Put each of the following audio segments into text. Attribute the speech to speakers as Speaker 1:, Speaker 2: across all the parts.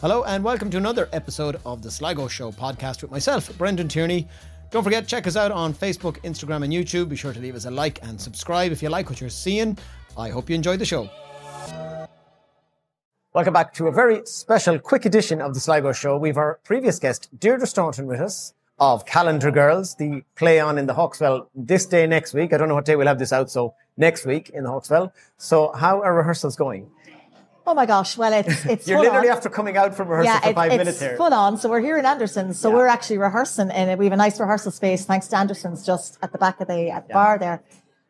Speaker 1: Hello, and welcome to another episode of the Sligo Show podcast with myself, Brendan Tierney. Don't forget, check us out on Facebook, Instagram, and YouTube. Be sure to leave us a like and subscribe if you like what you're seeing. I hope you enjoyed the show. Welcome back to a very special, quick edition of the Sligo Show. We've our previous guest, Deirdre Staunton, with us of Calendar Girls, the play on in the Hawkswell this day next week. I don't know what day we'll have this out, so next week in the Hawkswell. So, how are rehearsals going?
Speaker 2: Oh my gosh! Well, it's it's
Speaker 1: You're
Speaker 2: full
Speaker 1: literally
Speaker 2: on.
Speaker 1: after coming out from rehearsal
Speaker 2: yeah,
Speaker 1: for
Speaker 2: it-
Speaker 1: five
Speaker 2: it's
Speaker 1: minutes here.
Speaker 2: full on. So we're here in Anderson's, so
Speaker 1: Yeah.
Speaker 2: we're actually rehearsing, and we have a nice rehearsal space thanks to Anderson's, just at the back of the at the bar there.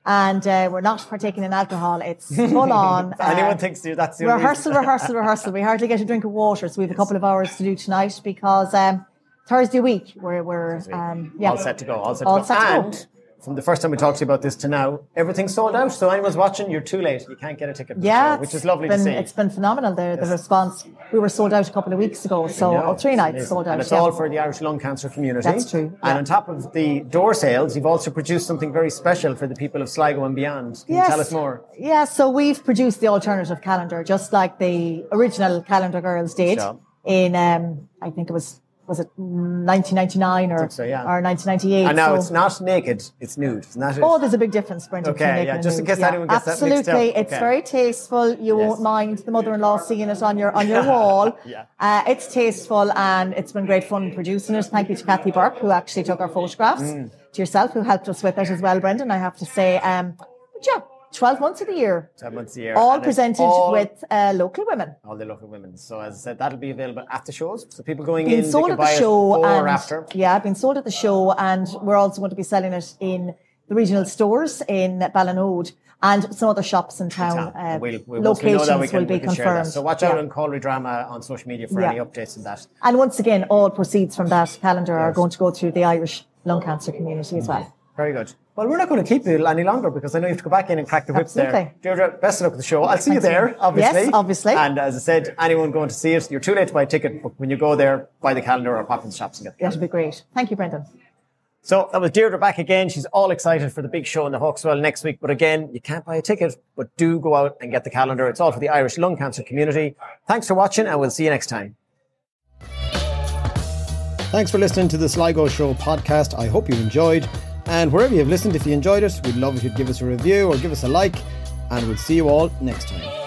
Speaker 2: And uh, we're not partaking in alcohol. It's full on.
Speaker 1: If Anyone
Speaker 2: uh,
Speaker 1: thinks you- that's the only
Speaker 2: rehearsal,
Speaker 1: reason.
Speaker 2: rehearsal, rehearsal. We hardly get a drink of water, so we have a couple of hours to do tonight because um, Thursday week we're we're um, yeah
Speaker 1: all set to go. All set, to,
Speaker 2: All
Speaker 1: go.
Speaker 2: set to go.
Speaker 1: and from the first time we talked to you about this to now, everything's sold out. So anyone's watching, you're too late. You can't get a ticket. for the
Speaker 2: Yeah,
Speaker 1: show, which
Speaker 2: it's
Speaker 1: is lovely
Speaker 2: been,
Speaker 1: to see.
Speaker 2: It's been phenomenal. The,
Speaker 1: Yes.
Speaker 2: the response. We were sold out a couple of weeks ago, so
Speaker 1: Yeah,
Speaker 2: all three
Speaker 1: it's
Speaker 2: nights
Speaker 1: amazing.
Speaker 2: sold out.
Speaker 1: And it's
Speaker 2: yeah.
Speaker 1: all for the Irish lung cancer community.
Speaker 2: That's true,
Speaker 1: And
Speaker 2: yeah.
Speaker 1: on top of the door sales, you've also produced something very special for the people of Sligo and beyond. Can you tell us more?
Speaker 2: Yeah, so we've produced the alternative calendar, just like the original Calendar Girls did
Speaker 1: Yeah.
Speaker 2: in, um, I think it was, was it 1999 or,
Speaker 1: so, yeah.
Speaker 2: or 1998?
Speaker 1: And now
Speaker 2: so-
Speaker 1: it's not naked, it's nude. Isn't that it?
Speaker 2: Oh, there's a big difference, Brendan.
Speaker 1: Okay,
Speaker 2: between naked
Speaker 1: yeah,
Speaker 2: and
Speaker 1: just in
Speaker 2: nude,
Speaker 1: case
Speaker 2: yeah.
Speaker 1: anyone gets that mixed
Speaker 2: Absolutely,
Speaker 1: up,
Speaker 2: it's
Speaker 1: okay.
Speaker 2: very tasteful. You won't mind the mother-in-law seeing it on your on your wall.
Speaker 1: Yeah.
Speaker 2: uh, it's tasteful, and it's been great fun producing it. Thank you to Kathy Burke who actually took our photographs.
Speaker 1: Mm.
Speaker 2: To yourself who helped us with it as well, Brendan. I have to say, um, but yeah, twelve months of the year,
Speaker 1: Seven months a year.
Speaker 2: all
Speaker 1: and it's
Speaker 2: presented
Speaker 1: all-
Speaker 2: with uh, local women.
Speaker 1: all the local women. So as I said, that'll be available after shows. So people going in,
Speaker 2: Been
Speaker 1: they
Speaker 2: sold
Speaker 1: can
Speaker 2: at
Speaker 1: buy
Speaker 2: the
Speaker 1: it
Speaker 2: show
Speaker 1: before or
Speaker 2: and
Speaker 1: after.
Speaker 2: yeah, been sold at the show, and we're also going to be selling it in the regional stores in Ballinode and some other shops in town.
Speaker 1: Yeah,
Speaker 2: Uh,
Speaker 1: we'll, we once we
Speaker 2: locations
Speaker 1: know that we can,
Speaker 2: will be
Speaker 1: we can share
Speaker 2: confirmed.
Speaker 1: that. So watch out
Speaker 2: Yeah.
Speaker 1: on Colry Drama on social media for
Speaker 2: Yeah.
Speaker 1: any updates on that.
Speaker 2: And once again, all proceeds from that calendar are going to go through the Irish lung cancer community as well.
Speaker 1: Very good. Well, we're not going to keep you any longer because I know you have to go back in and crack the whip
Speaker 2: Absolutely.
Speaker 1: there. Deirdre, best of luck with the show. I'll see you
Speaker 2: Thanks,
Speaker 1: there,
Speaker 2: Ian.
Speaker 1: obviously.
Speaker 2: Yes, obviously.
Speaker 1: And as I said, anyone going to see it, you're too late to buy a ticket, but when you go there, buy the calendar or pop in the shops and get the
Speaker 2: That'll be great. Thank you, Brendan.
Speaker 1: So that was Deirdre back again. She's all excited for the big show in the Hawkswell next week. But again, you can't buy a ticket, but do go out and get the calendar. It's all for the Irish lung cancer community. Thanks for watching, and we'll see you next time. Thanks for listening to the Sligo Show podcast. I hope you enjoyed. And wherever you've listened, if you enjoyed it, we'd love if you'd give us a review or give us a like. And we'll see you all next time.